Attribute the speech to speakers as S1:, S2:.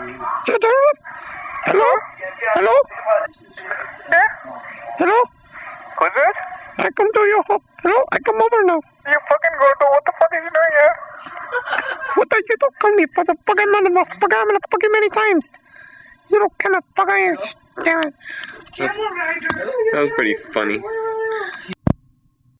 S1: Hello? Hello? Hello?
S2: Yeah?
S1: Hello?
S2: Who's that?
S1: I come to your home. Hello? I come over now.
S2: You fucking go to what the fuck is he doing here?
S1: What are you talking me for the fucking motherfucker? I'm gonna fuck you many times. You don't kind of fucking damn it.
S3: That was pretty funny.